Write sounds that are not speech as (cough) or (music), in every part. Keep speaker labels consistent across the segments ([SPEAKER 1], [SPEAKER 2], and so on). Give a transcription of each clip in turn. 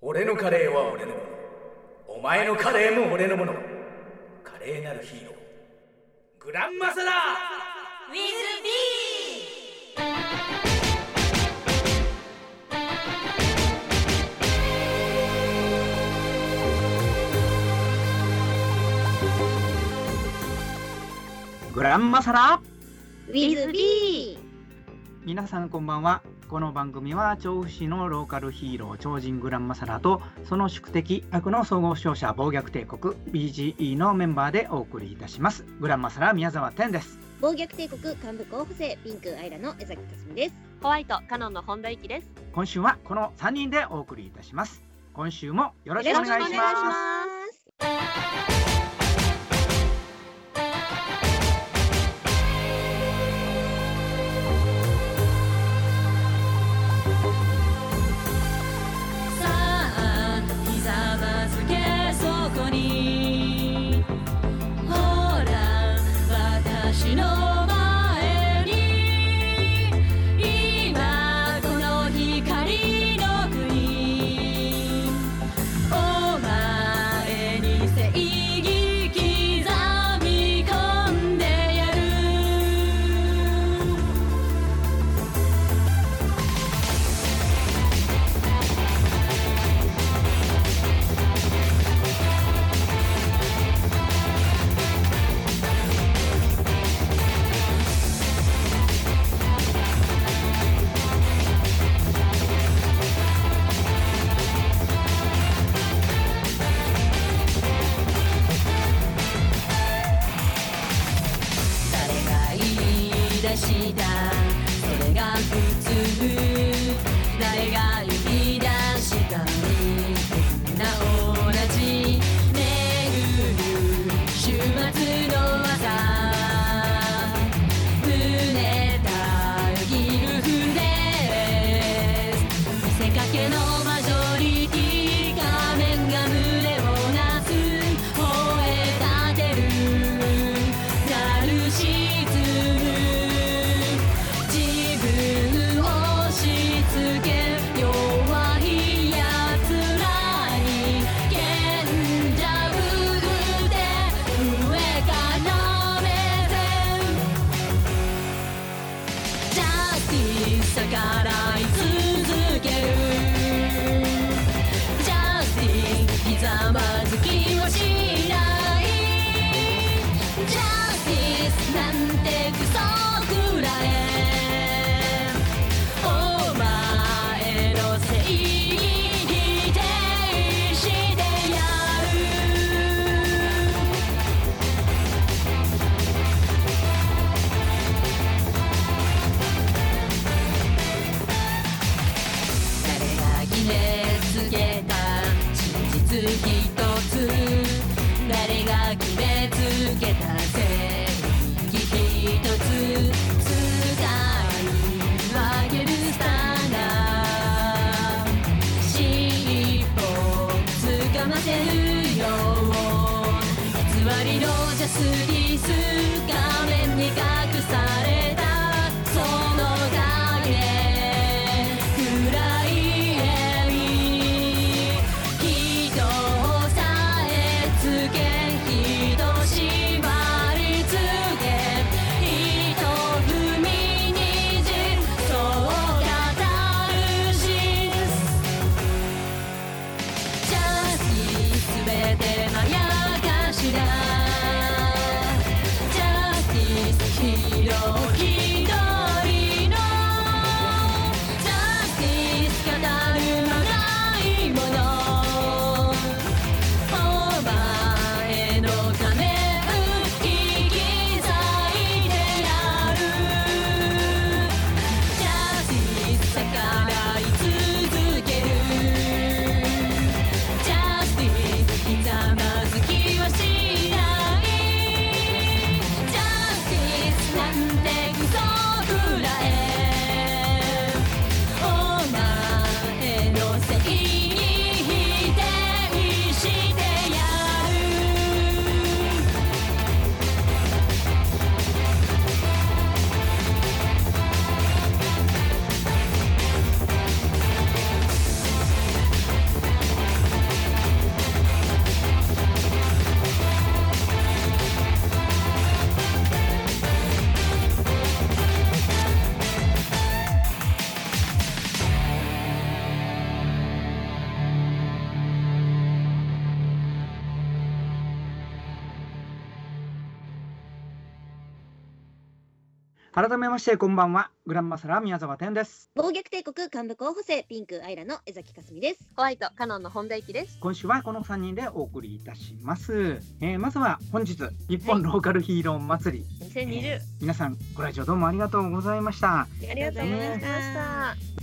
[SPEAKER 1] 俺のカレーは俺のものお前のカレーも俺のものカレーなるヒーローグランマサラ
[SPEAKER 2] ウィズビ
[SPEAKER 3] グランマサラ
[SPEAKER 4] ウィズビー
[SPEAKER 3] 皆さんこんばんはこの番組は調布市のローカルヒーロー超人グランマサラとその宿敵悪の総合勝者暴虐帝国 BGE のメンバーでお送りいたしますグランマサラ宮沢天です
[SPEAKER 4] 暴虐帝国幹部候補生ピンクアイラの江崎かすみです
[SPEAKER 2] ーホワイトカノンの本田由紀です
[SPEAKER 3] 今週はこの3人でお送りいたします今週もよろしくお願いし
[SPEAKER 4] よろしくお
[SPEAKER 3] ます
[SPEAKER 4] 願いしま
[SPEAKER 5] さあひざまずけそこにほら私の前に今この光の国お前に正義刻み込んでやる誰が言い出したそれが普通誰が言い出したみんな同じ巡る週末の朝胸たぎるフレーズ見せかけのマジョリティ仮面が胸をなす吠え立てるナルシズム自分を押し付け弱いやつらに賢者ぶって上から目線ジャスティス逆らい続けるジャスティスひざまずきをしないジャスティスなんてクソくらえお前の正義に停してやる誰が決めつけた真実一つ誰が決めつけた正義一つ使い分けるスターが尻尾掴ませるよ偽りのジャスティス画面に隠されたその影暗い闇人をさえつけ人を縛りつけ人踏みにじそう語るしジャスティス全てまやかしだジャスティスヒーロー
[SPEAKER 3] 改めましてこんばんはグランマサラ宮沢天です
[SPEAKER 4] 暴虐帝国幹部候補生ピンクアイラの江崎かすみです
[SPEAKER 2] ホワイトカノンの本田幸です。
[SPEAKER 3] 今週はこの3人でお送りいたします、えーまずは本日日本ローカルヒーロー祭り、
[SPEAKER 2] 2020、
[SPEAKER 3] 皆さんご来場どうもありがとうございました
[SPEAKER 2] あ
[SPEAKER 4] りがとうございまし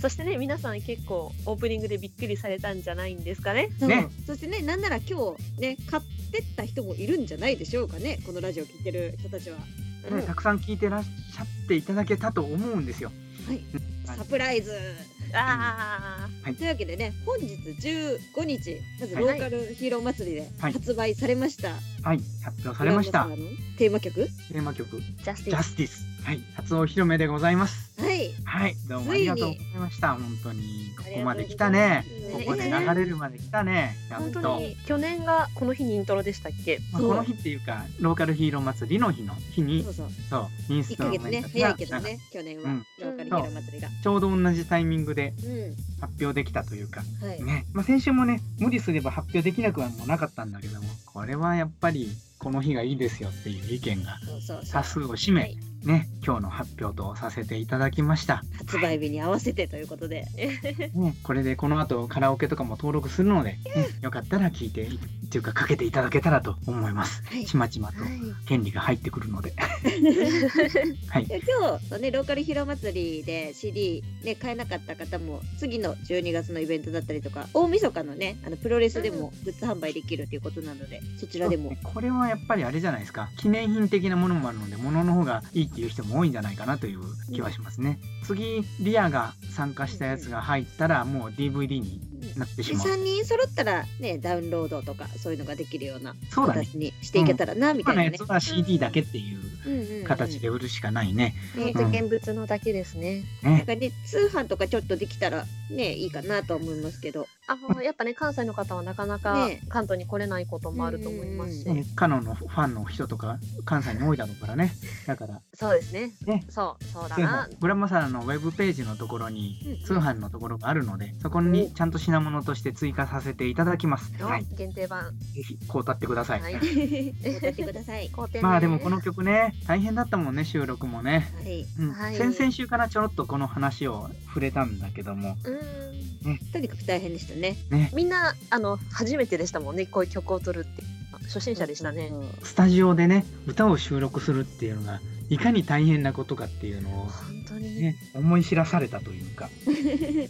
[SPEAKER 4] た
[SPEAKER 2] そしてね皆さん結構オープニングでびっくりされたんじゃないんですかね。
[SPEAKER 4] そう
[SPEAKER 3] ね
[SPEAKER 4] そしてねなんなら今日ね買ってった人もいるんじゃないでしょうかねこのラジオ聞いてる人たちは、
[SPEAKER 2] う
[SPEAKER 3] ね
[SPEAKER 2] ん
[SPEAKER 3] たくさん聞いてらっしゃっていただけたと思うんですよはい
[SPEAKER 4] サプライズ
[SPEAKER 2] あ
[SPEAKER 4] というわけでね本日15日まず
[SPEAKER 3] はい
[SPEAKER 4] ローカルヒーロー祭りで
[SPEAKER 3] はい
[SPEAKER 4] 発売されました、
[SPEAKER 3] はい発表されました
[SPEAKER 4] グランマサラのテーマ曲
[SPEAKER 3] テーマ曲
[SPEAKER 2] あ、ジャス
[SPEAKER 3] ジ
[SPEAKER 2] ティ
[SPEAKER 3] ャ
[SPEAKER 2] ス。
[SPEAKER 3] スティスはい初お披露目でございます
[SPEAKER 4] はい
[SPEAKER 3] はいどうもありがとうございました本当にここまで来たねこ
[SPEAKER 2] ね
[SPEAKER 3] こで流れるまで来たねやっ
[SPEAKER 2] 本
[SPEAKER 3] と、
[SPEAKER 2] 当に去年がこの日にイントロでしたっけ？
[SPEAKER 3] まあ、
[SPEAKER 4] そう
[SPEAKER 3] この日っていうかローカルヒーロー祭りの日の日に
[SPEAKER 4] そうそう
[SPEAKER 3] そうインス
[SPEAKER 4] 一
[SPEAKER 3] タ
[SPEAKER 4] ヶ
[SPEAKER 3] の
[SPEAKER 4] 月ね
[SPEAKER 3] メンバーが
[SPEAKER 4] 早いけどね去年は、
[SPEAKER 3] うん
[SPEAKER 4] ローカルヒーロー祭りが
[SPEAKER 3] ちょうど同じタイミングで
[SPEAKER 4] う
[SPEAKER 3] 発表できたというか、
[SPEAKER 4] んはい
[SPEAKER 3] ねまあ、先週もね無理すれば発表できなくはもうなかったんだけどもこれはやっぱりこの日がいいですよっていう意見が
[SPEAKER 4] そうそうそう
[SPEAKER 3] 多数を占め、
[SPEAKER 4] はい
[SPEAKER 3] ね今日の発表とさせていただきました、
[SPEAKER 4] 発売日に合わせてということで
[SPEAKER 3] ね、これでこの後カラオケとかも登録するので、ねよかったら聞いてっていうかかけていただけたらと思います、
[SPEAKER 4] はい
[SPEAKER 3] ちまちまと権利が入ってくるのではい
[SPEAKER 4] いや今日のねローカルヒーロー祭りで CD ね買えなかった方も次の12月のイベントだったりとか大晦日のねあのプロレスでもグッズ販売できるということなのでそちらでも
[SPEAKER 3] (laughs) これはやっぱりあれじゃないですか記念品的なものもあるので物の方がいいっていう人も多いんじゃないかなという気はしますね、次リアが参加したやつが入ったらもう DVD になってしまう、
[SPEAKER 4] 3人揃ったらねダウンロードとかそういうのができるような
[SPEAKER 3] そうだね
[SPEAKER 4] 形にしていけたらなみた
[SPEAKER 3] 今
[SPEAKER 4] い
[SPEAKER 3] のや
[SPEAKER 4] なね
[SPEAKER 3] つは CD だけっていう
[SPEAKER 4] うんうんうん
[SPEAKER 3] 形で売るしかないね,、
[SPEAKER 2] 本当現物のだけですね。
[SPEAKER 4] なん
[SPEAKER 3] ね
[SPEAKER 4] かね通販とかちょっとできたらねいいかなと思いますけど
[SPEAKER 2] あのやっぱね関西の方はなかなか
[SPEAKER 4] ね
[SPEAKER 2] 関東に来れないこともあると思いますし、
[SPEAKER 4] うん
[SPEAKER 3] ねカノンのファンの人とか関西に多いだろうからねだから
[SPEAKER 2] そうですね
[SPEAKER 3] ね
[SPEAKER 2] そうそうだ
[SPEAKER 3] 通
[SPEAKER 2] な
[SPEAKER 3] 販グランマサラのウェブページのところに
[SPEAKER 4] うん
[SPEAKER 3] 通販のところがあるのでそこにちゃんと品物として追加させていただきます、
[SPEAKER 2] の
[SPEAKER 3] はい
[SPEAKER 2] 限定版
[SPEAKER 3] ぜひこうたってください、
[SPEAKER 2] は。
[SPEAKER 3] (laughs) はいい
[SPEAKER 4] 頑張ってくださ (laughs) い
[SPEAKER 2] 工程
[SPEAKER 3] まあでもこの曲ね大変だったもんね収録もね、
[SPEAKER 4] はい、
[SPEAKER 3] うん
[SPEAKER 2] はい
[SPEAKER 3] 先々週からちょろっとこの話を触れたんだけども
[SPEAKER 2] うん
[SPEAKER 4] とにかく大変でしたね。
[SPEAKER 3] ね
[SPEAKER 2] みんなあの初めてでしたもんねこういう曲を取るってあ初心者でしたね
[SPEAKER 4] そうそう
[SPEAKER 3] スタジオでね歌を収録するっていうのがいかに大変なことかっていうのを、
[SPEAKER 2] 本当にね
[SPEAKER 3] ね、思い知らされたという
[SPEAKER 2] (laughs)
[SPEAKER 3] か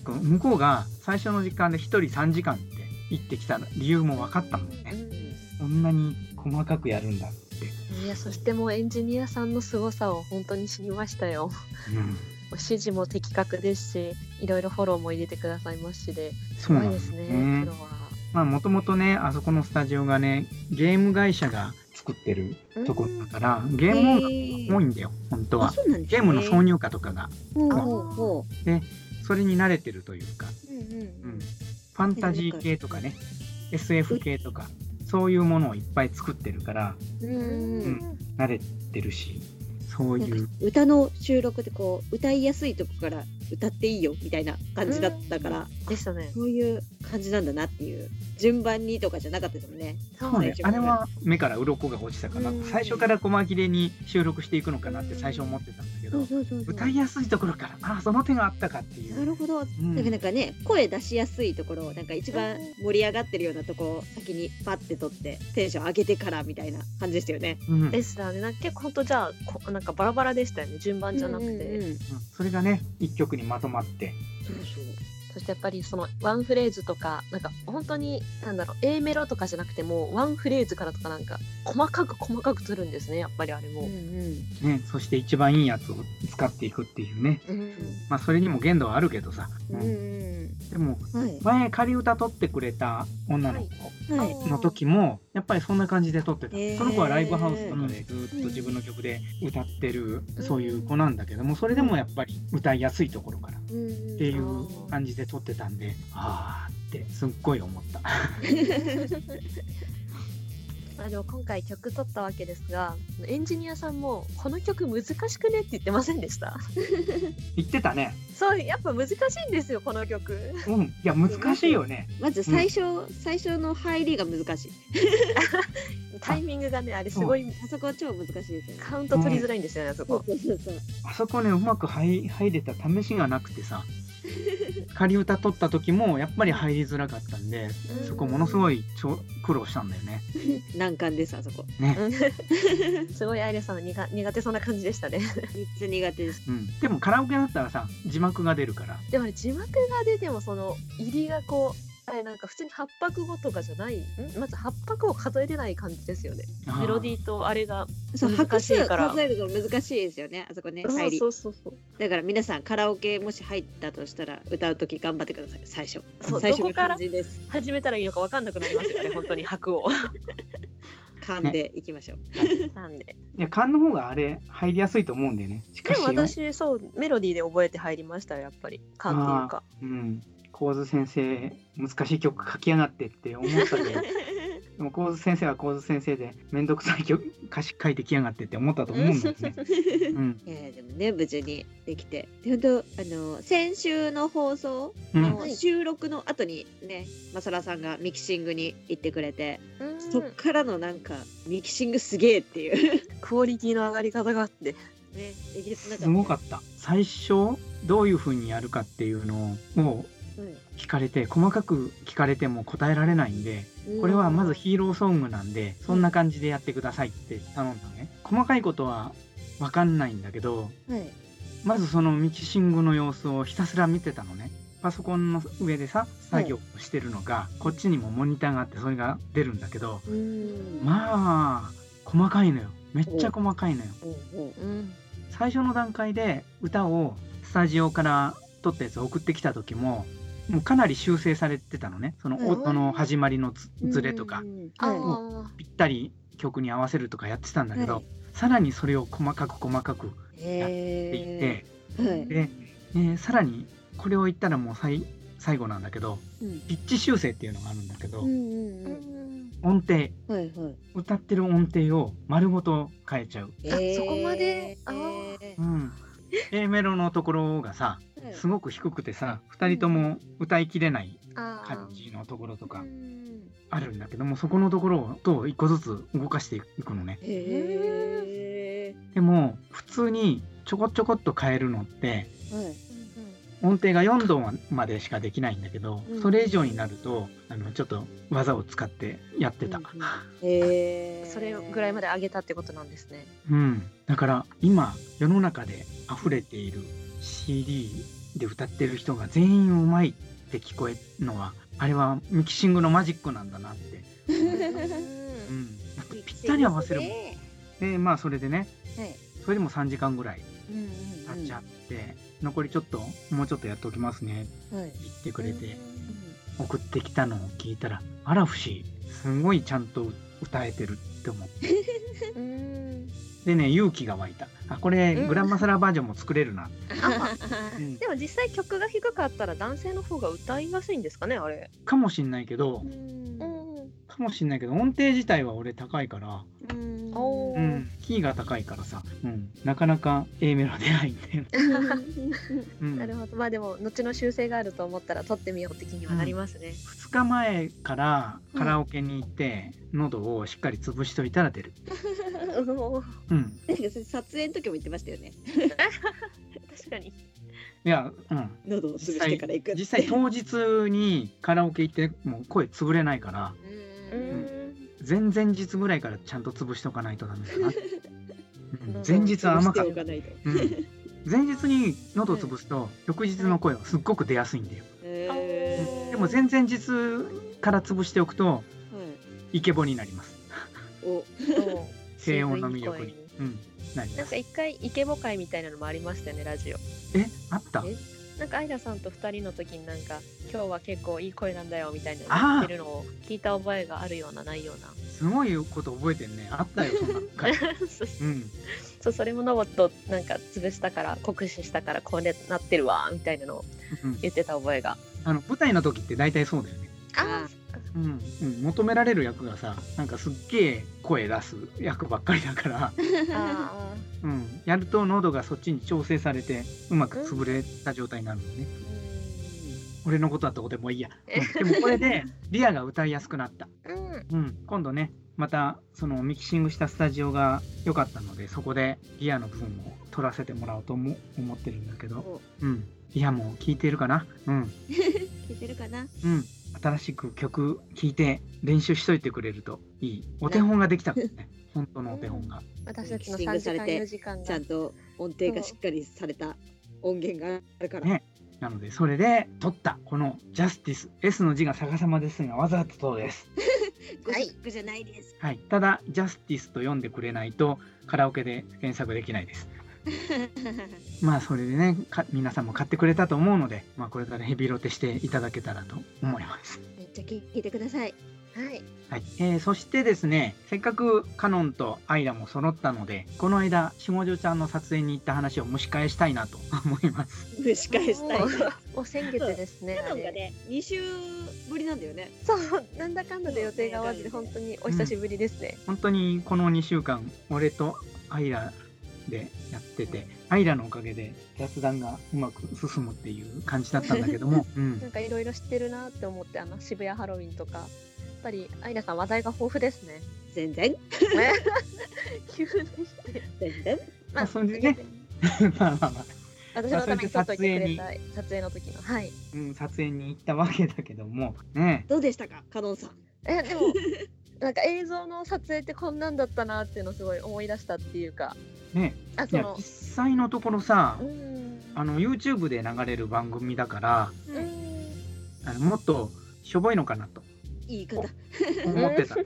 [SPEAKER 3] こう向こうが最初の時間で1人3時間って行ってきた理由も分かったもん
[SPEAKER 2] う
[SPEAKER 3] ね
[SPEAKER 2] ん
[SPEAKER 3] こんなに細かくやるんだって、
[SPEAKER 2] いやそしてもうエンジニアさんの凄さを本当に知りましたよ
[SPEAKER 3] うん、
[SPEAKER 2] 指示も的確ですしいろいろフォローも入れてくださいますしで
[SPEAKER 3] そ
[SPEAKER 2] す
[SPEAKER 3] う
[SPEAKER 2] ご
[SPEAKER 3] ないんで
[SPEAKER 2] ですす
[SPEAKER 3] ね
[SPEAKER 2] ねプロは
[SPEAKER 3] まあもともとねあそこのスタジオがねゲーム会社が作ってるところだからゲーム音楽が多いんだよ本当
[SPEAKER 4] あ
[SPEAKER 3] は
[SPEAKER 4] そうなんです
[SPEAKER 3] ゲ
[SPEAKER 4] ね
[SPEAKER 3] ームの挿入歌とかが
[SPEAKER 4] ほうほうほ
[SPEAKER 3] それに慣れてるというか、
[SPEAKER 4] う。うんうん
[SPEAKER 3] うん、ファンタジー系とかね SF 系とかそういうものをいっぱい作ってるから
[SPEAKER 4] うんうん
[SPEAKER 3] 慣れてるしそう
[SPEAKER 4] なん
[SPEAKER 3] い
[SPEAKER 4] か
[SPEAKER 3] う
[SPEAKER 4] 歌の収録でこう歌いやすいとこから歌っていいよみたいな感じだったから、
[SPEAKER 2] でしたね
[SPEAKER 4] そういう感じなんだなっていう順番にとかじゃなかったですもんね。
[SPEAKER 3] そうね
[SPEAKER 4] 最初
[SPEAKER 3] あ
[SPEAKER 4] から
[SPEAKER 3] れは目から鱗が落ちたかな
[SPEAKER 4] うん
[SPEAKER 3] 最初から細切れに収録していくのかなって最初思ってたんだけど
[SPEAKER 4] そうそう
[SPEAKER 3] 歌いやすいところからああその手があったかってい
[SPEAKER 4] な
[SPEAKER 3] う
[SPEAKER 4] るほど。
[SPEAKER 3] ん
[SPEAKER 4] なんかなんかね声出しやすいところなんか一番
[SPEAKER 2] うん
[SPEAKER 4] 盛り上がってるようなとこを先にパッて撮ってテンション上げてからみたいな感じでしたよね。
[SPEAKER 3] うん
[SPEAKER 2] でしたねなんか結構本当じゃあこなんかバラバラでしたよね順番じゃなくて、
[SPEAKER 4] うんうんうん
[SPEAKER 3] うんそれがね一曲にまとまって
[SPEAKER 4] そうそう
[SPEAKER 2] そしてやっぱりそのワンフレーズとかなんか本当になんだろう A メロとかじゃなくてもうワンフレーズからとかなんか細かく細かく取るんですねやっぱりあれも、
[SPEAKER 4] うん
[SPEAKER 3] ね、そして一番いいやつを使っていくっていうね、
[SPEAKER 2] うん
[SPEAKER 3] まあ、それにも限度はあるけどさ、
[SPEAKER 4] うんうんうん
[SPEAKER 3] でも
[SPEAKER 4] うん。はい
[SPEAKER 3] 前仮歌取ってくれた女の子
[SPEAKER 4] はい。
[SPEAKER 3] の時もやっぱりそんな感じで撮ってた、
[SPEAKER 4] へー
[SPEAKER 3] その子はライブハウスとかでずっと自分の曲で歌ってる、そういう子なんだけどもそれでもやっぱり歌いやすいところからっ
[SPEAKER 4] うんうん
[SPEAKER 3] ていう感じで撮ってたんでああってすっごい思った。
[SPEAKER 2] まあでも今回曲取ったわけですがエンジニアさんもこの曲難しくねって言ってませんでした
[SPEAKER 3] 言ってたね
[SPEAKER 2] そうやっぱ難しいんですよこの曲
[SPEAKER 3] うんいや難しいよね
[SPEAKER 4] まず最初、最初の入りが難しい。
[SPEAKER 2] タイミングがねあれすごい
[SPEAKER 4] あそこは超難しいですよね。
[SPEAKER 2] カウント取りづらいんですよねあそ
[SPEAKER 4] そ
[SPEAKER 2] こ
[SPEAKER 4] うそうそうそう。
[SPEAKER 3] あそこねうまく入入れた試しがなくてさ仮歌取った時もやっぱり入りづらかったんでそこものすごいちょ苦労したんだよね
[SPEAKER 4] 難関です、あそこ。
[SPEAKER 2] (laughs) すごいアイレさん苦苦手そうな感じでしたね
[SPEAKER 4] 三つ苦手です。
[SPEAKER 3] うんでもカラオケだったらさ字幕が出るから
[SPEAKER 2] でもね字幕が出てもその入りがこうあれなんか普通に八拍語とかじゃないんまず八拍を数えれない感じですよねメロデ
[SPEAKER 3] ー
[SPEAKER 2] ィーとあれが
[SPEAKER 4] そう、
[SPEAKER 2] 難
[SPEAKER 4] 拍
[SPEAKER 2] しい
[SPEAKER 4] 手
[SPEAKER 2] から
[SPEAKER 4] 数えるの難しいですよね、あそこね、入り
[SPEAKER 2] そ。うそうそう
[SPEAKER 4] だから皆さん、カラオケもし入ったとしたら、歌うとき頑張ってください、最初。
[SPEAKER 2] そう
[SPEAKER 4] 最初
[SPEAKER 2] どこから
[SPEAKER 4] が肝心です。
[SPEAKER 2] 始めたらいいのか分かんなくなりますよね本当に拍 (laughs) を
[SPEAKER 4] 噛んでいきましょう。
[SPEAKER 2] なんで
[SPEAKER 3] いや勘の方があれ入りやすいと思うんだよねしか
[SPEAKER 2] で
[SPEAKER 3] し
[SPEAKER 2] も
[SPEAKER 3] よ
[SPEAKER 2] 私そうメロディーで覚えて入りましたよやっぱり感っていうか
[SPEAKER 3] うん神津先生難しい曲書きやがってって思った
[SPEAKER 2] (laughs)
[SPEAKER 3] けどでも神津先生は神津先生で面倒くさい曲歌詞書いてきやがってって思ったと思うんだよ
[SPEAKER 2] (laughs)
[SPEAKER 3] ね、うん
[SPEAKER 4] いやいやでもね無事にできてで本当あの先週の放送
[SPEAKER 3] うん
[SPEAKER 4] の収録の後にね、マサラさんがミキシングに行ってくれて、
[SPEAKER 2] うん
[SPEAKER 4] そっからのなんかミキシングすげえっていう
[SPEAKER 2] クオリティの上がり方があって
[SPEAKER 4] (laughs) ねえげつな
[SPEAKER 3] すごか
[SPEAKER 4] っ
[SPEAKER 3] った最初どういう風にやるかっていうのをも
[SPEAKER 4] た、
[SPEAKER 3] う聞かれて細かく聞かれても答えられないんで
[SPEAKER 4] うん
[SPEAKER 3] これはまずヒーローソングなんでそんな感じでやってくださいって頼んだのね細かいことは分かんないんだけど
[SPEAKER 4] はい
[SPEAKER 3] まずそのミキシングの様子をひたすら見てたのねパソコンの上でさ作業をしてるのが、こっちにもモニターがあってそれが出るんだけど
[SPEAKER 4] うん
[SPEAKER 3] まあ細かいのよめっちゃ細かいのよ
[SPEAKER 4] うんうん
[SPEAKER 2] うん
[SPEAKER 3] 最初の段階で歌をスタジオから撮ったやつを送ってきた時ももうかなり修正されてたのねその
[SPEAKER 4] うん
[SPEAKER 3] 音の始まりのずずれとか
[SPEAKER 4] うん
[SPEAKER 2] あ
[SPEAKER 4] はい
[SPEAKER 2] ー
[SPEAKER 3] ぴったり曲に合わせるとかやってたんだけど、
[SPEAKER 4] はい
[SPEAKER 3] さらにそれを細かく細かくっ
[SPEAKER 4] へ
[SPEAKER 3] ていって、
[SPEAKER 4] えはい
[SPEAKER 3] で、えーさらにこれを言ったらもう最最後なんだけど
[SPEAKER 4] うん
[SPEAKER 3] ピッチ修正っていうのがあるんだけど、
[SPEAKER 4] うんう
[SPEAKER 2] うんん
[SPEAKER 3] 音程
[SPEAKER 4] うんはいはい
[SPEAKER 3] 歌ってる音程を丸ごと変えちゃう、
[SPEAKER 2] あそこまであ
[SPEAKER 3] うん、A メロのところがさ
[SPEAKER 4] はい
[SPEAKER 3] すごく低くてさ2人とも歌いきれない
[SPEAKER 2] あー
[SPEAKER 3] 感じのところと
[SPEAKER 4] う
[SPEAKER 3] か
[SPEAKER 4] ん
[SPEAKER 3] あるんだけどもそこのところをと1個ずつ動かしていくのね
[SPEAKER 4] へえ
[SPEAKER 3] でも普通にちょこちょこっと変えるのって
[SPEAKER 4] はい
[SPEAKER 3] 音程が4度までしかできないんだけど、
[SPEAKER 4] うん
[SPEAKER 3] それ以上になるとあのちょっと技を使ってやってた、
[SPEAKER 4] へえ
[SPEAKER 2] それぐらいまで上げたってことなんですね
[SPEAKER 3] うんだから今世の中で溢れている CD で歌ってる人が全員うまいって聞こえるのはあれはミキシングのマジックなんだなって、
[SPEAKER 4] (laughs)
[SPEAKER 3] うん、だってぴったり合わせるもん
[SPEAKER 4] ね
[SPEAKER 3] でまあそれでね
[SPEAKER 4] はい
[SPEAKER 3] それでも3時間ぐらい
[SPEAKER 4] うんうん
[SPEAKER 3] 経っちゃっ
[SPEAKER 4] う
[SPEAKER 3] て、残りちょっともうちょっとやっておきますねって
[SPEAKER 4] んはい
[SPEAKER 3] 言ってくれて。送ってきたのを聞いたらあら不思議すごいちゃんと歌えてるって思って
[SPEAKER 2] うん
[SPEAKER 3] でね勇気が湧いたあこれ
[SPEAKER 2] うん
[SPEAKER 3] グランマサラバージョンも作れるな、
[SPEAKER 2] (laughs)
[SPEAKER 3] うん
[SPEAKER 2] でも実際曲が低かったら男性の方が歌いやすいんですかねあれ
[SPEAKER 3] かもしんないけど
[SPEAKER 4] うん
[SPEAKER 2] ん
[SPEAKER 3] かもしんないけど音程自体は俺高いから、
[SPEAKER 4] うん
[SPEAKER 2] お
[SPEAKER 3] う
[SPEAKER 2] ー
[SPEAKER 3] ん、キーが高いからさ、うん、なかなか A メロ出ないんだ
[SPEAKER 2] (laughs)
[SPEAKER 3] よね、うん、
[SPEAKER 2] なるほどまあでも後の修正があると思ったら撮ってみようって気にはなりますね、
[SPEAKER 3] 2日前からカラオケに行って、喉をしっかり潰しといたら出る、
[SPEAKER 2] (laughs) おー
[SPEAKER 3] うん、
[SPEAKER 4] なんかそれ撮影の時も言ってましたよね。
[SPEAKER 2] 確かに
[SPEAKER 3] いや、うん、
[SPEAKER 4] 喉を潰してから行くって。
[SPEAKER 3] 実際当日にカラオケ行ってもう声潰れないから
[SPEAKER 4] うん
[SPEAKER 2] うん
[SPEAKER 3] 前々日ぐらいからちゃんと潰しておかないとダメ
[SPEAKER 4] (laughs)
[SPEAKER 3] だな、うん
[SPEAKER 2] うん
[SPEAKER 3] 前日は甘かっ
[SPEAKER 4] 潰して
[SPEAKER 3] た、
[SPEAKER 4] おないと
[SPEAKER 3] うん前日に喉潰すと翌日の声はすっごく出やすいんだよ
[SPEAKER 4] へー
[SPEAKER 3] でも前々日から潰しておくと
[SPEAKER 4] はい
[SPEAKER 3] イケボになります
[SPEAKER 4] お
[SPEAKER 3] 低音の魅力に、うん、なり
[SPEAKER 2] な
[SPEAKER 3] ま
[SPEAKER 2] んか
[SPEAKER 3] す
[SPEAKER 2] 一回イケボ会みたいなのもありましたよねラジオ
[SPEAKER 3] えあった
[SPEAKER 4] え
[SPEAKER 2] なんかアイラさんと2人の時になんか今日は結構いい声なんだよみたいな
[SPEAKER 3] あー
[SPEAKER 2] 言ってるのを聞いた覚えがあるようなないような
[SPEAKER 3] すごいこと覚えてんねあったよそんな
[SPEAKER 4] (laughs)
[SPEAKER 3] 回
[SPEAKER 2] (laughs)
[SPEAKER 3] うん
[SPEAKER 2] そうそれもロボットなんか潰したから酷使したからこうねなってるわみたいなのを
[SPEAKER 3] うん
[SPEAKER 2] 言ってた覚えが
[SPEAKER 3] あの舞台の時って大体そうだよね
[SPEAKER 4] あー
[SPEAKER 2] そっか
[SPEAKER 3] うんうん、求められる役がさなんかすっげえ声出す役ばっかりだから、 (laughs)
[SPEAKER 2] あ
[SPEAKER 3] うん、やると喉がそっちに調整されてうまく潰れた状態になるのね、俺のことはどうでもいいや、うんでもこれでリアが歌いやすくなった、
[SPEAKER 2] (laughs) うん
[SPEAKER 3] うん、今度ねまたそのミキシングしたスタジオが良かったのでそこでリアの部分を取らせてもらおうとも思ってるんだけど、
[SPEAKER 4] お
[SPEAKER 3] うん、リアも聞いてるかなうん
[SPEAKER 4] 聞いてるかな
[SPEAKER 3] うん、新しく曲聴いて練習しといてくれるといいお手本ができたからね (laughs) 本当のお手本が、
[SPEAKER 2] 私たちの
[SPEAKER 4] ミキシング
[SPEAKER 2] 3時
[SPEAKER 4] され
[SPEAKER 2] 間
[SPEAKER 4] て
[SPEAKER 2] 4時間
[SPEAKER 4] ちゃ
[SPEAKER 2] が
[SPEAKER 4] んと音程がしっかりされた音源があるから、
[SPEAKER 3] ねなのでそれで撮ったこの「ジャスティス」S の字が逆さまですがわざとそうです、
[SPEAKER 4] ご
[SPEAKER 2] はい
[SPEAKER 4] シックじゃないです。
[SPEAKER 3] はい、ただ「ジャスティス」と読んでくれないとカラオケで検索できない (laughs) ですまあそれでねか皆さんも買ってくれたと思うので、まあ、これからヘビロテしていただけたらと思います
[SPEAKER 4] めっちゃ聞いてください。
[SPEAKER 2] はい
[SPEAKER 3] はいえーそしてですねせっかくカノンとアイラも揃ったのでこの間下條ちゃんの撮影に行った話を蒸し返したいなと (laughs) 思います
[SPEAKER 4] 蒸し返したい。
[SPEAKER 2] も
[SPEAKER 4] (laughs) カ
[SPEAKER 2] うもう先月ですね
[SPEAKER 4] ノ
[SPEAKER 2] あ
[SPEAKER 4] ンが
[SPEAKER 2] れ
[SPEAKER 4] ね、2週ぶりなんだよね。
[SPEAKER 2] そうなんだかんだで予定が合わずで本当にお久しぶりですね、
[SPEAKER 3] 本当にこの2週間俺とアイラでやっててアイラのおかげで雑談がうまく進むっていう感じだったんだけど
[SPEAKER 2] (laughs)
[SPEAKER 3] も、うん (laughs)
[SPEAKER 2] なんかいろいろ知ってるなって思ってあの渋谷ハロウィンとかやっぱりアイナさん話題が豊富です (laughs) ね
[SPEAKER 4] 全然、
[SPEAKER 2] ね急にして
[SPEAKER 4] 全然。
[SPEAKER 3] まあそれでねまあまあまあ、
[SPEAKER 2] 私のために撮っといてくれたい撮影の時のはい
[SPEAKER 3] うん、撮影に行ったわけだけどもね
[SPEAKER 4] どうでしたか、カノンさん。
[SPEAKER 2] えでも (laughs) なんか映像の撮影ってこんなんだったなっていうのをすごい思い出したっていうか
[SPEAKER 3] ね
[SPEAKER 2] あ
[SPEAKER 3] い
[SPEAKER 2] そ
[SPEAKER 3] や
[SPEAKER 2] の
[SPEAKER 3] 実際のところさ
[SPEAKER 2] うん
[SPEAKER 3] あの YouTube で流れる番組だから
[SPEAKER 2] う
[SPEAKER 4] うん
[SPEAKER 2] ん
[SPEAKER 3] あのもっとしょぼいのかなと
[SPEAKER 4] 言い方。
[SPEAKER 3] 思
[SPEAKER 2] (laughs)
[SPEAKER 3] ってた。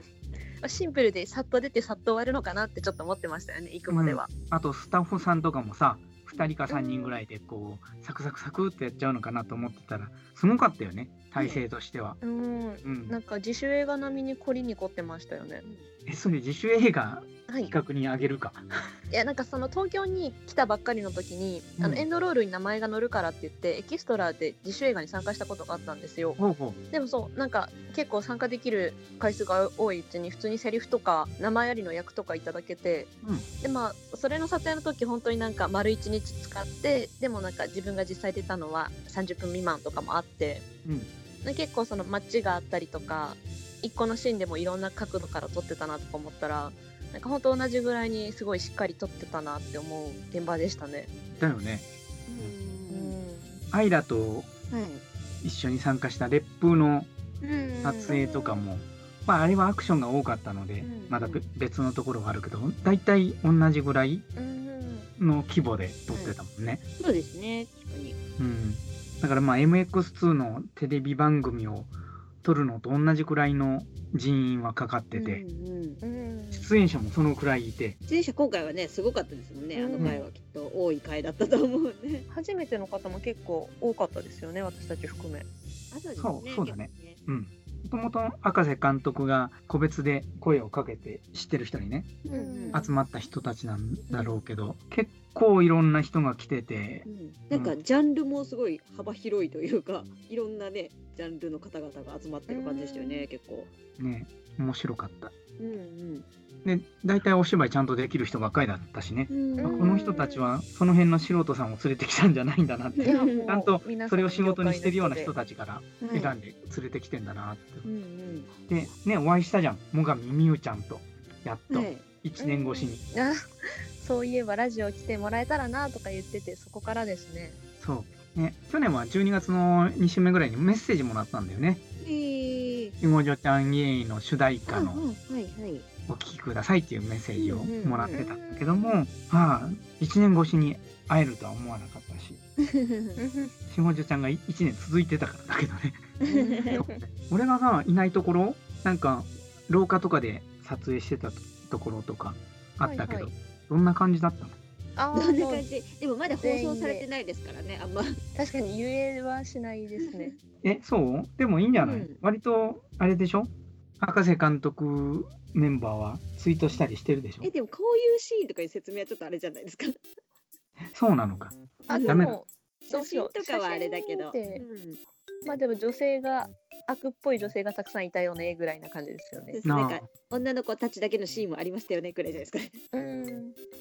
[SPEAKER 2] シンプルでさっと出てさっと終わるのかなってちょっと思ってましたよね行くまでは、
[SPEAKER 3] あとスタッフさんとかもさ2人か3人ぐらいでこうサクサクサクってやっちゃうのかなと思ってたらすごかったよね体勢としては。
[SPEAKER 2] うん
[SPEAKER 3] うん
[SPEAKER 2] なんか自主映画並みに凝りに凝ってましたよね
[SPEAKER 3] えそういう自主映画
[SPEAKER 2] はい
[SPEAKER 3] 比較にあげるか。
[SPEAKER 2] いやなんかその東京に来たばっかりの時に、あ
[SPEAKER 3] うん
[SPEAKER 2] のエンドロールに名前が載るからって言ってエキストラで自主映画に参加したことがあったんですよ
[SPEAKER 3] ほうほ
[SPEAKER 2] でもそうなんか結構参加できる回数が多いうちに普通にセリフとか名前ありの役とかいただけて、
[SPEAKER 3] うん
[SPEAKER 2] でまあそれの撮影の時本当になんか丸一日使ってでもなんか自分が実際出たのは30分未満とかもあって
[SPEAKER 3] う。うん
[SPEAKER 2] で結構そのマッチがあったりとか一個のシーンでもいろんな角度から撮ってたなとか思ったらなんか本当同じぐらいにすごいしっかり撮ってたなって思う現場でしたね。
[SPEAKER 3] だよね。
[SPEAKER 4] うん
[SPEAKER 3] アイラと
[SPEAKER 4] はい。
[SPEAKER 3] 一緒に参加した烈風の撮影とかも、まあ、あれはアクションが多かったので
[SPEAKER 4] うん
[SPEAKER 3] まだべ別のところはあるけど大体同じぐらい
[SPEAKER 2] うん
[SPEAKER 3] の規模で撮ってたもんね。
[SPEAKER 4] そうですね。確かに。
[SPEAKER 3] うん、だからまあ MX2 のテレビ番組を撮るのと同じくらいの人員はかかってて、
[SPEAKER 4] うんうん
[SPEAKER 2] うん
[SPEAKER 3] 出演者もそのくらいいて
[SPEAKER 4] 自転車今回はね、すごかったですもんね。あ
[SPEAKER 2] うん
[SPEAKER 4] の回はきっと多い回だったと思うね。
[SPEAKER 2] 初めての方も結構多かったですよね私たち含め。
[SPEAKER 4] あそうです
[SPEAKER 3] そうそうだね。
[SPEAKER 4] 結
[SPEAKER 3] もともと赤瀬監督が個別で声をかけて知ってる人にね
[SPEAKER 4] 構ねうんうん
[SPEAKER 2] あ
[SPEAKER 3] 集まった人たちなんだろうけど、結構いろんな人が来てて
[SPEAKER 4] う、んなんかジャンルもすごい幅広いというか、 (laughs) いろんなねジャンルの方々が集まってる感じでしたよね、結構。
[SPEAKER 3] ね、面白かった。
[SPEAKER 4] うんうん
[SPEAKER 3] で大体お芝居ちゃんとできる人ばっかりだったしね、
[SPEAKER 4] うん
[SPEAKER 3] あこの人たちはその辺の素人さんを連れてきたんじゃないんだなって
[SPEAKER 4] いやもう
[SPEAKER 3] ちゃんとそれを仕事にしてるような人たちから
[SPEAKER 4] はい
[SPEAKER 3] 選んで連れてきてんだなって。
[SPEAKER 4] うん
[SPEAKER 3] で、ね、お会いしたじゃん。最上美優ちゃんと、やっ
[SPEAKER 4] うん
[SPEAKER 3] と
[SPEAKER 4] はい
[SPEAKER 3] 1年越しに。
[SPEAKER 2] あ (laughs) そういえばラジオ来てもらえたらなとか言っててそこからですね。
[SPEAKER 3] そう。ね、去年は12月の2週目ぐらいにメッセージもらったんだよね。
[SPEAKER 4] えー
[SPEAKER 3] ひもじょちゃんゲイの主題歌
[SPEAKER 4] うん
[SPEAKER 3] の
[SPEAKER 4] うんはいはい
[SPEAKER 3] お聴きくださいっていうメッセージをもらってたんだけど
[SPEAKER 2] うんうん
[SPEAKER 3] も、まあ、1年越しに会えるとは思わなかったし、ひもじょちゃんが1年続いてたからだけどね。俺がさいないところなんか廊下とかで撮影してたところとかあったけど、
[SPEAKER 2] はいは
[SPEAKER 3] どんな感じだったの
[SPEAKER 2] あ
[SPEAKER 4] どんな
[SPEAKER 2] ー
[SPEAKER 4] 感じでもまだ放送されてないですからねあんま
[SPEAKER 2] 確かに言えはしないですね。
[SPEAKER 3] えそうでもいいんじゃない、
[SPEAKER 4] うん
[SPEAKER 3] 割とあれでしょ博士監督メンバーはツイートしたりしてるでしょ
[SPEAKER 4] えでもこういうシーンとかいう説明はちょっとあれじゃないですか
[SPEAKER 3] そうなのか
[SPEAKER 2] あ
[SPEAKER 4] うん
[SPEAKER 2] で
[SPEAKER 3] ダメだ
[SPEAKER 2] もど
[SPEAKER 4] 写
[SPEAKER 2] うしよ
[SPEAKER 4] 真
[SPEAKER 2] う
[SPEAKER 4] とかはあれだけど
[SPEAKER 2] 写真っ
[SPEAKER 4] う
[SPEAKER 2] て
[SPEAKER 4] ん
[SPEAKER 2] まあでも女性が悪っぽい女性がたくさんいたよねぐらいな感じですよね
[SPEAKER 4] で。すなん
[SPEAKER 3] な
[SPEAKER 4] か女の子たちだけのシーンもありましたよねくらいじゃないですかね。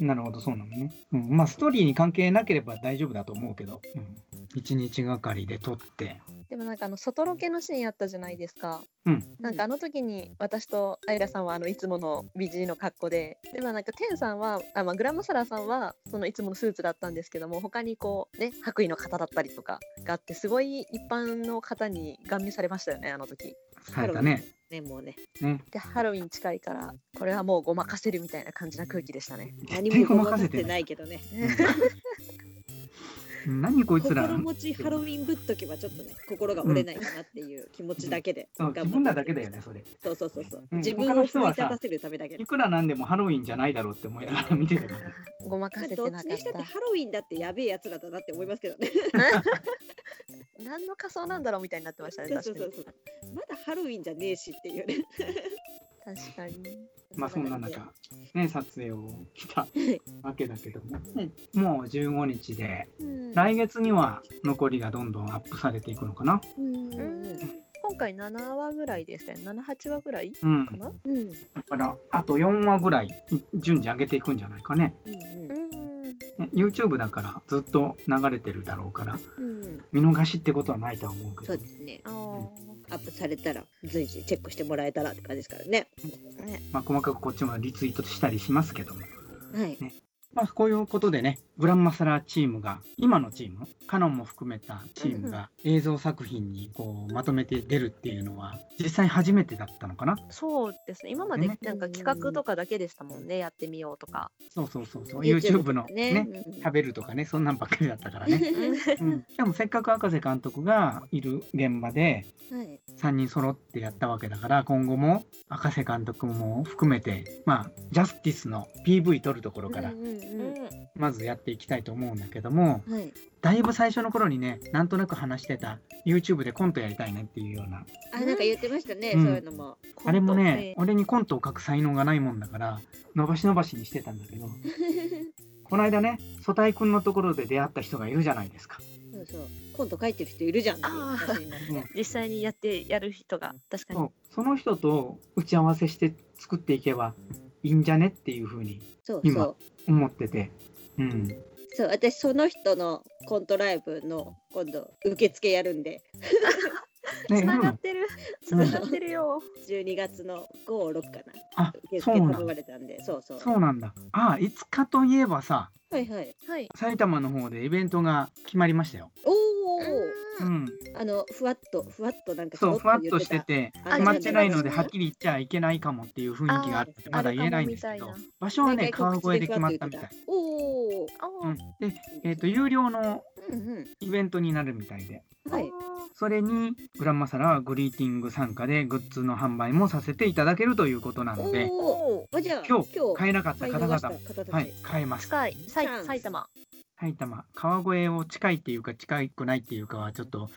[SPEAKER 2] うん。
[SPEAKER 3] なるほど、そうなのね。うん、まあ、ストーリーに関係なければ大丈夫だと思うけど、うん、1日がかりで撮って、
[SPEAKER 2] でもなんかあの外ロケのシーンあったじゃないですか。
[SPEAKER 3] うん、
[SPEAKER 2] なんかあの時に私とアイラさんはあのいつもの美人の格好で、でもなんかテンさんはあまあグラマサラさんはそのいつものスーツだったんですけども、他にこうね白衣の方だったりとかがあってすごい一般の方に顔見されましたよねあの時。
[SPEAKER 3] されたね。
[SPEAKER 4] ねもうね
[SPEAKER 3] ね
[SPEAKER 2] でハロウィン近いからこれはもうごまかせるみたいな感じな空気でしたね。
[SPEAKER 3] 絶
[SPEAKER 4] 何
[SPEAKER 3] 対
[SPEAKER 4] も
[SPEAKER 3] ごま
[SPEAKER 4] ごま
[SPEAKER 3] か
[SPEAKER 4] か
[SPEAKER 3] せ
[SPEAKER 4] せ
[SPEAKER 3] て
[SPEAKER 4] て
[SPEAKER 3] な。
[SPEAKER 4] ないいけどね。
[SPEAKER 3] うん何こいつら
[SPEAKER 4] 心持ちハロウィンぶっとけばちょっとね心が折れないかなっていう気持ちだけで、
[SPEAKER 3] そう
[SPEAKER 4] 頑張って
[SPEAKER 3] 自分らだけだよねそれ
[SPEAKER 4] そうそうそうそう、
[SPEAKER 3] うん
[SPEAKER 4] 自分
[SPEAKER 3] 他の
[SPEAKER 4] を
[SPEAKER 3] 人
[SPEAKER 4] 奮い
[SPEAKER 3] はさ
[SPEAKER 4] 立たせるためだけで
[SPEAKER 3] いくらなんでもハロウィンじゃないだろうって思いながら見てたから
[SPEAKER 2] ごまかせて
[SPEAKER 4] どっ
[SPEAKER 2] なかっ
[SPEAKER 4] ちにしたって
[SPEAKER 2] た。
[SPEAKER 4] ハロウィンだってやべえやつらだなって思いますけどね。
[SPEAKER 2] (laughs) 何の仮装なんだろうみたいになってましたね。
[SPEAKER 4] そうそ
[SPEAKER 2] 確
[SPEAKER 4] うそ
[SPEAKER 2] か
[SPEAKER 4] う
[SPEAKER 2] に。
[SPEAKER 4] そう。まだハロウィンじゃねえしっていうね。
[SPEAKER 2] 確かに。
[SPEAKER 3] まあそんな
[SPEAKER 4] で
[SPEAKER 3] 中ね撮影をしたわけだけども、もう15日で
[SPEAKER 2] うん
[SPEAKER 3] 来月には残りがどんどんアップされていくのかな
[SPEAKER 4] うん
[SPEAKER 2] うん今回7話ぐらいでしたよね。7、8話ぐらい
[SPEAKER 3] うん
[SPEAKER 2] かな、
[SPEAKER 4] うん
[SPEAKER 3] だからあと4話ぐらい順次上げていくんじゃないかね
[SPEAKER 4] うん
[SPEAKER 2] うん、
[SPEAKER 3] ね YouTube だからずっと流れてるだろうから
[SPEAKER 4] うん。
[SPEAKER 3] 見逃しってことはないとは思うけ
[SPEAKER 4] そ
[SPEAKER 3] ど
[SPEAKER 4] うですね。
[SPEAKER 2] あー
[SPEAKER 4] アップされたら随時チェックしてもらえたらって感じですからね。
[SPEAKER 3] まあ細かくこっちもリツイートしたりしますけども
[SPEAKER 4] はい。
[SPEAKER 3] まあ、こういうことでね、グランマサラーチームが、今のチーム、カノンも含めたチームが映像作品にこうまとめて出るっていうのは、実際初めてだったのかな
[SPEAKER 2] そうですね。今まで
[SPEAKER 3] ね
[SPEAKER 2] なんか企画とかだけでしたもんね。やってみようとか。
[SPEAKER 3] そうそうそうそう、YouTube のね、
[SPEAKER 4] うん
[SPEAKER 3] 食べるとかね、そんなんばっかりだったからね。うん、でもせっかく赤瀬監督がいる現場で、
[SPEAKER 4] はい。
[SPEAKER 3] 3人揃ってやったわけだから、今後も赤瀬監督も含めて、まあ、ジャスティスの PV 撮るところから
[SPEAKER 4] う、ん
[SPEAKER 2] (laughs)
[SPEAKER 4] うん
[SPEAKER 3] まずやっていきたいと思うんだけども、
[SPEAKER 4] うんはい。
[SPEAKER 3] だいぶ最初の頃にねなんとなく話してた YouTube でコントやりたいねっていうような
[SPEAKER 4] あなんか言ってましたね、
[SPEAKER 3] うん
[SPEAKER 4] そういうのも。
[SPEAKER 2] コント
[SPEAKER 3] あれもね、俺にコントを書く才能がないもんだから伸ばし伸ばしにしてたんだ (laughs) けどこの間ね組対君のところで出会った人がいるじゃないですか。
[SPEAKER 4] そうそう。コント書いてる人いるじゃんっていう話になって。
[SPEAKER 3] ね
[SPEAKER 2] 実際にやってやる人が確かに。
[SPEAKER 3] そうその人と打ち合わせして作っていけばいいんじゃねっていうふうに
[SPEAKER 4] そうそ
[SPEAKER 3] 今
[SPEAKER 4] う。
[SPEAKER 3] 思ってて、 (laughs) うん、
[SPEAKER 4] そう私その人のコントライブの今度受付やるんで
[SPEAKER 3] ね
[SPEAKER 2] つなが
[SPEAKER 3] うん
[SPEAKER 2] ってる。つ
[SPEAKER 3] うん
[SPEAKER 2] ながってるよ。
[SPEAKER 4] 12月の56かな
[SPEAKER 3] あ
[SPEAKER 4] 受
[SPEAKER 3] そう
[SPEAKER 4] 付
[SPEAKER 3] なん
[SPEAKER 4] 頼まれたんでそうそう
[SPEAKER 3] そうなんだあいつかといえばさ
[SPEAKER 4] はいはい
[SPEAKER 2] はい。
[SPEAKER 3] 埼玉の方でイベントが決まりましたよ。
[SPEAKER 4] おお、
[SPEAKER 3] うん、
[SPEAKER 4] あのふわっとふわっとなんか
[SPEAKER 3] そう、ふわっと
[SPEAKER 4] 言
[SPEAKER 3] して
[SPEAKER 4] た
[SPEAKER 3] て、
[SPEAKER 4] あ
[SPEAKER 3] 決まってないので、
[SPEAKER 4] 違う違う
[SPEAKER 3] はっきり言っちゃいけないかもっていう雰囲気があって、
[SPEAKER 4] あー
[SPEAKER 3] まだ言えないんですけ
[SPEAKER 2] ある
[SPEAKER 3] ど
[SPEAKER 2] かもみたい、
[SPEAKER 3] 場所はね、
[SPEAKER 4] 毎
[SPEAKER 3] 川
[SPEAKER 4] 回告
[SPEAKER 3] 越で
[SPEAKER 4] 知で
[SPEAKER 3] 決
[SPEAKER 4] ふ
[SPEAKER 3] ま
[SPEAKER 4] わ
[SPEAKER 3] っ
[SPEAKER 4] っと
[SPEAKER 3] た
[SPEAKER 4] 言
[SPEAKER 3] み
[SPEAKER 4] った
[SPEAKER 3] い。
[SPEAKER 4] おお
[SPEAKER 2] あー
[SPEAKER 3] うん、で、えっ、と、有料の
[SPEAKER 4] うん
[SPEAKER 3] イベントになるみたいで、
[SPEAKER 4] うんはい
[SPEAKER 3] それに、グランマサラはグリーティング参加でグッズの販売もさせていただけるということなので、
[SPEAKER 2] お
[SPEAKER 4] おお
[SPEAKER 2] おー。
[SPEAKER 4] あじゃあ
[SPEAKER 3] 今日
[SPEAKER 4] 今日
[SPEAKER 3] 買えなかった
[SPEAKER 4] 買い
[SPEAKER 3] 方
[SPEAKER 4] 逃
[SPEAKER 3] 々
[SPEAKER 4] した
[SPEAKER 3] も、
[SPEAKER 4] 方たち
[SPEAKER 3] はい、買えます。
[SPEAKER 2] 近い。さい
[SPEAKER 4] チャンス
[SPEAKER 2] 埼玉。
[SPEAKER 3] 埼玉、川越を近いっていうか、近くないっていうかは、ちょっと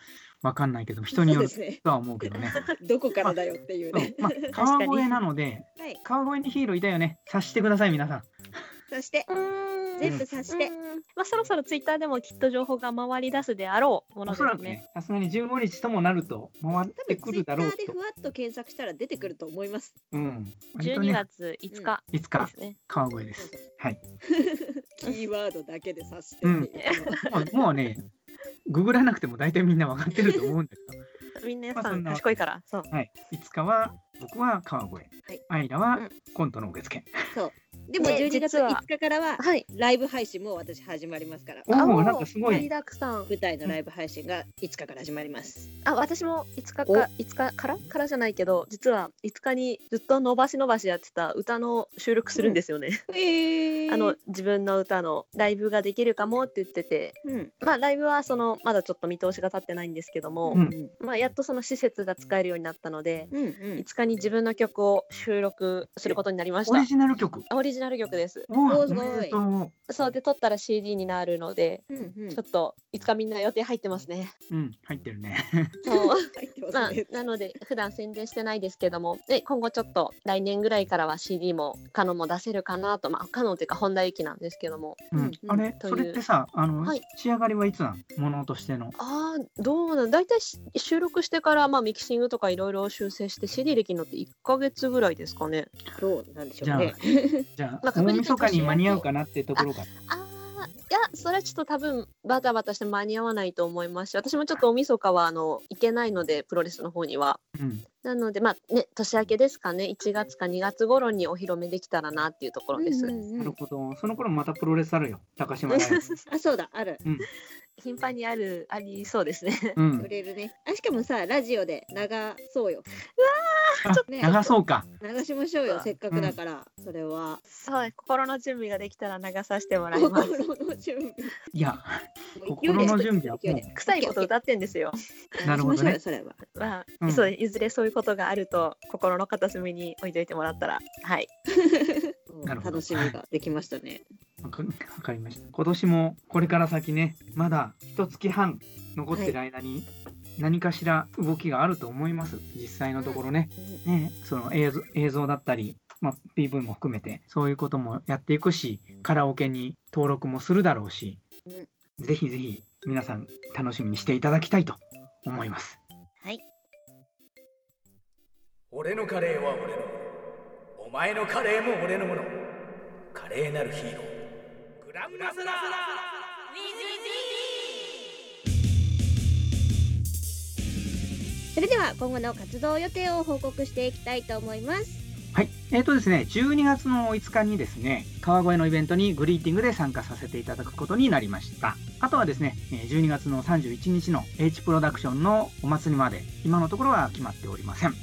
[SPEAKER 3] わかんないけど、人による
[SPEAKER 4] そうです
[SPEAKER 3] とは思うけどね。
[SPEAKER 4] ね (laughs) どこからだよっていう
[SPEAKER 3] そう
[SPEAKER 4] ね (laughs)
[SPEAKER 3] まあ、
[SPEAKER 2] か
[SPEAKER 3] 川
[SPEAKER 2] に
[SPEAKER 3] 越なので、
[SPEAKER 4] はい
[SPEAKER 3] 川越にヒーローいたよね。察してください、皆さん。
[SPEAKER 4] そして
[SPEAKER 2] うん
[SPEAKER 4] 全部察して
[SPEAKER 2] うんまあそろそろツイッターでもきっと情報が回り出すであろうもの
[SPEAKER 3] お
[SPEAKER 2] です
[SPEAKER 3] そらく
[SPEAKER 2] ね。
[SPEAKER 3] ね、さすがに15日ともなると回っ
[SPEAKER 4] 多
[SPEAKER 3] て
[SPEAKER 4] 分
[SPEAKER 3] く
[SPEAKER 4] ツイ
[SPEAKER 3] る
[SPEAKER 4] ッタ
[SPEAKER 3] だろうと
[SPEAKER 4] ーで。ふわっと検索したら出てくると思います
[SPEAKER 3] うん。割と
[SPEAKER 2] 12
[SPEAKER 3] ね、
[SPEAKER 2] 月5日
[SPEAKER 3] いつ
[SPEAKER 2] で
[SPEAKER 3] か
[SPEAKER 2] すね。
[SPEAKER 3] 川越です。はい。
[SPEAKER 4] (laughs) キーワードだけで察してっていうのは
[SPEAKER 3] もうもうね、ググらなくても大体みんな分かってると思うんだけ
[SPEAKER 2] (laughs)
[SPEAKER 3] ど、
[SPEAKER 2] みんな
[SPEAKER 3] まあ
[SPEAKER 2] さ
[SPEAKER 3] そ
[SPEAKER 2] ん
[SPEAKER 3] んな
[SPEAKER 2] 賢いから。そう。
[SPEAKER 3] はい。いつかは僕は川越、
[SPEAKER 4] い
[SPEAKER 3] アイラは
[SPEAKER 2] うん
[SPEAKER 3] コントの受付。
[SPEAKER 4] (laughs) でも
[SPEAKER 2] ね
[SPEAKER 4] 12月
[SPEAKER 2] 実は
[SPEAKER 4] 5日からは
[SPEAKER 2] はい。
[SPEAKER 4] ライブ配信も私始まりますから
[SPEAKER 3] お
[SPEAKER 2] あ
[SPEAKER 3] お、
[SPEAKER 2] もう
[SPEAKER 3] なんかすご
[SPEAKER 2] 盛り
[SPEAKER 3] い。
[SPEAKER 2] だくさん。
[SPEAKER 4] 舞台のライブ配信が5日から始まります
[SPEAKER 2] あ、私も5日か5日からからじゃないけど、実は5日にずっと伸ばし伸ばしやってた歌の収録するんですよね。
[SPEAKER 4] え
[SPEAKER 2] あの自分の歌のライブができるかもって言ってて、
[SPEAKER 4] うん
[SPEAKER 2] まあライブはそのまだちょっと見通しが立ってないんですけども、
[SPEAKER 3] うん
[SPEAKER 4] うん
[SPEAKER 2] まあやっとその施設が使えるようになったので、
[SPEAKER 4] うんうん
[SPEAKER 2] 5日に自分の曲を収録することになりまし
[SPEAKER 3] オ
[SPEAKER 2] た
[SPEAKER 3] リ。ジナル曲。
[SPEAKER 2] オリジナル曲です。
[SPEAKER 3] うわ
[SPEAKER 4] すごい
[SPEAKER 3] おめでとう
[SPEAKER 2] そうで撮ったら CD になるので、
[SPEAKER 4] うんうん
[SPEAKER 2] ちょっといつかみんな予定入ってま
[SPEAKER 4] (laughs)
[SPEAKER 2] すね。
[SPEAKER 3] うん、入ってるね。
[SPEAKER 2] そう
[SPEAKER 4] 入ってま
[SPEAKER 2] ますあ
[SPEAKER 4] ね、
[SPEAKER 2] (laughs) なので普段宣伝してないですけどもで今後ちょっと来年ぐらいからは CD もカノンも出せるかなとまあカノンというか本田由紀なんですけども
[SPEAKER 3] う
[SPEAKER 4] うん
[SPEAKER 3] ん、あれ、
[SPEAKER 2] という
[SPEAKER 3] それってさ、あの、
[SPEAKER 2] はい
[SPEAKER 3] 仕上がりはいつなん、ものとしての。
[SPEAKER 2] ああどうなん大体し収録してからまあミキシングとかいろいろ修正して CD できるのって1ヶ月ぐらいですかね
[SPEAKER 4] どうなんでしょ
[SPEAKER 3] じ
[SPEAKER 4] う
[SPEAKER 3] ゃあ
[SPEAKER 4] ね。
[SPEAKER 2] (laughs)
[SPEAKER 3] じゃ
[SPEAKER 2] ま
[SPEAKER 3] あ、
[SPEAKER 2] あ確
[SPEAKER 3] 大
[SPEAKER 2] 認
[SPEAKER 3] 晦日に間に合うかなってところが。
[SPEAKER 2] ああいやそれはちょっと多分バタバタして間に合わないと思いますし私もちょっと大晦日はあの行けないのでプロレスの方には
[SPEAKER 3] うん、
[SPEAKER 2] なのでまあね年明けですかね1月か2月頃にお披露目できたらなっていうところです、
[SPEAKER 4] うんうん
[SPEAKER 3] な
[SPEAKER 4] う
[SPEAKER 3] る
[SPEAKER 4] ん
[SPEAKER 3] ほど、その頃またプロレスあるよ、高島ライブ
[SPEAKER 4] あ、そうだ、ある。
[SPEAKER 2] 頻繁にあるありそうですね
[SPEAKER 3] う
[SPEAKER 4] 売
[SPEAKER 3] ん、
[SPEAKER 4] れるね。あ、しかもさ、ラジオで流そうよ。
[SPEAKER 3] あ
[SPEAKER 4] ちょっとね
[SPEAKER 3] 流そうか。
[SPEAKER 4] 流しましょう
[SPEAKER 2] う
[SPEAKER 4] よ、
[SPEAKER 2] わ
[SPEAKER 4] せっかくだから、それは。
[SPEAKER 2] そう心の準備ができたら流させてもらい
[SPEAKER 4] 心
[SPEAKER 2] (laughs) ます。
[SPEAKER 4] の準
[SPEAKER 3] いや、
[SPEAKER 4] 備。
[SPEAKER 3] 心の準備は
[SPEAKER 4] 勢い
[SPEAKER 3] も
[SPEAKER 4] で
[SPEAKER 2] 臭いこと歌ってんですよ。
[SPEAKER 4] (laughs)
[SPEAKER 3] なるほどね
[SPEAKER 4] 流しましょうよそれは。
[SPEAKER 2] まあ、
[SPEAKER 3] うん
[SPEAKER 2] そういずれそういうことがあると心の片隅に置いといてもらったら、はい。
[SPEAKER 3] なるほど
[SPEAKER 4] 楽しみができましたね。
[SPEAKER 3] う、わかわかりました。今年も、これから先ね、まだ一月半残ってる間に。何かしら動きがあると思います。実際のところね。ね、その映像映像だったり、まあ、PV も含めてそういうこともやっていくしカラオケに登録もするだろうし、ぜひぜひ皆さん楽しみにしていただきたいと思います。
[SPEAKER 1] 俺のカレーは俺のものお前のカレーも俺のものカレーなるヒーローグランマサラ
[SPEAKER 4] それでは今後の活動予定を報告していきたいと思います。
[SPEAKER 3] はい、えーとですね、12月の5日にですね、川越のイベントにグリーティングで参加させていただくことになりました。あとはですね、えー12月の31日の H プロダクションのお祭りまで、今のところは決まっておりません。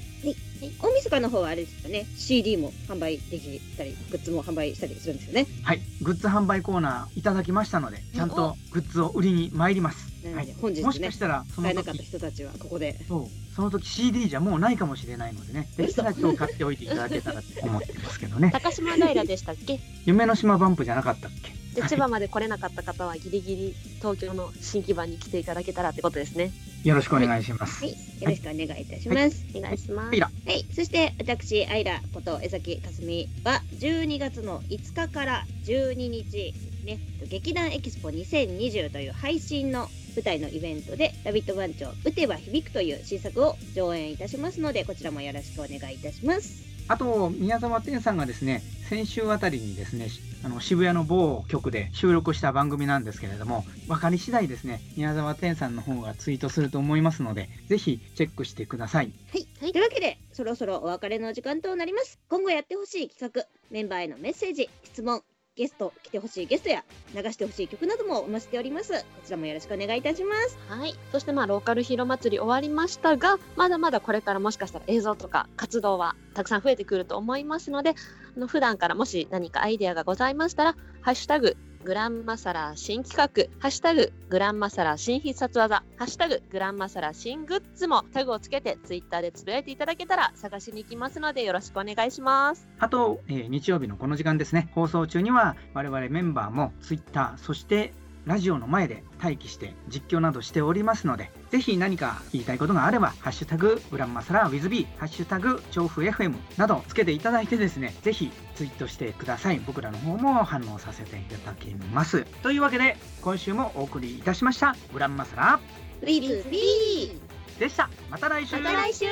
[SPEAKER 4] 大晦日の方はあれですよね、CD も販売できたり、グッズも販売したりするんですよね。
[SPEAKER 3] はい、グッズ販売コーナーいただきましたので、ちゃんとグッズを売りに参ります。
[SPEAKER 4] な
[SPEAKER 3] は
[SPEAKER 4] の
[SPEAKER 3] い
[SPEAKER 4] で、本日
[SPEAKER 3] もし
[SPEAKER 4] ね
[SPEAKER 3] かし、たらそ
[SPEAKER 4] 買え
[SPEAKER 3] の
[SPEAKER 4] なかった
[SPEAKER 3] 時
[SPEAKER 4] 人たちはここで。
[SPEAKER 3] そうその時 CD じゃもうないかもしれないのでねでき
[SPEAKER 4] 嘘
[SPEAKER 3] たら今日買っておいていただけたらと思ってますけどね
[SPEAKER 2] 高島平でしたっけ？
[SPEAKER 3] 夢の島バンプじゃなかったっけ
[SPEAKER 2] で千葉まで来れなかった方はギリギリ東京の新規版に来ていただけたらってことですね。
[SPEAKER 3] よろしくお願いします、
[SPEAKER 4] はい、よろしくお願いいたします。
[SPEAKER 2] お願いしま
[SPEAKER 3] はい
[SPEAKER 2] す。
[SPEAKER 4] はい、そして私、アイラこと江崎かすみは、12月の5日から12日、ね、劇団エキスポ2020という配信の舞台のイベントで、ラビット番長、打てば響くという新作を上演いたしますので、こちらもよろしくお願いいたします。
[SPEAKER 3] あと宮沢天さんがですね先週あたりにですねあの渋谷の某局で収録した番組なんですけれども分かり次第ですね宮沢天さんの方がツイートすると思いますのでぜひチェックしてください
[SPEAKER 4] はい、というわけで、そろそろお別れの時間となります。今後やってほしい企画、メンバーへのメッセージ、質問、ゲスト、来てほしいゲストや、流してほしい曲などもお待ちしております。こちらもよろしくお願いいたします。
[SPEAKER 2] はい。そしてまあローカルヒーロー祭り終わりましたが、まだまだこれからもしかしたら映像とか活動はたくさん増えてくると思いますので、あの普段からもし何かアイデアがございましたら、ハッシュタググランマサラ新企画、ハッシュタググランマサラ新必殺技、ハッシュタググランマサラ新グッズもタグをつけてツイッターでつぶやいていただけたら探しに行きますのでよろしくお願いします。
[SPEAKER 3] あと、えー日曜日のこの時間ですね、放送中には我々メンバーも Twitter、そしてラジオの前で待機して実況などしておりますので、ぜひ何か言いたいことがあれば、ハッシュタグ、グランマサラ WithB、ハッシュタグ、調布 FM などつけていただいてですね、ぜひツイートしてください。僕らの方も反応させていただきます。というわけで、今週もお送りいたしました、グランマサラ
[SPEAKER 4] ウィズビー
[SPEAKER 3] でした。また来週
[SPEAKER 4] また来週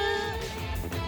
[SPEAKER 5] 「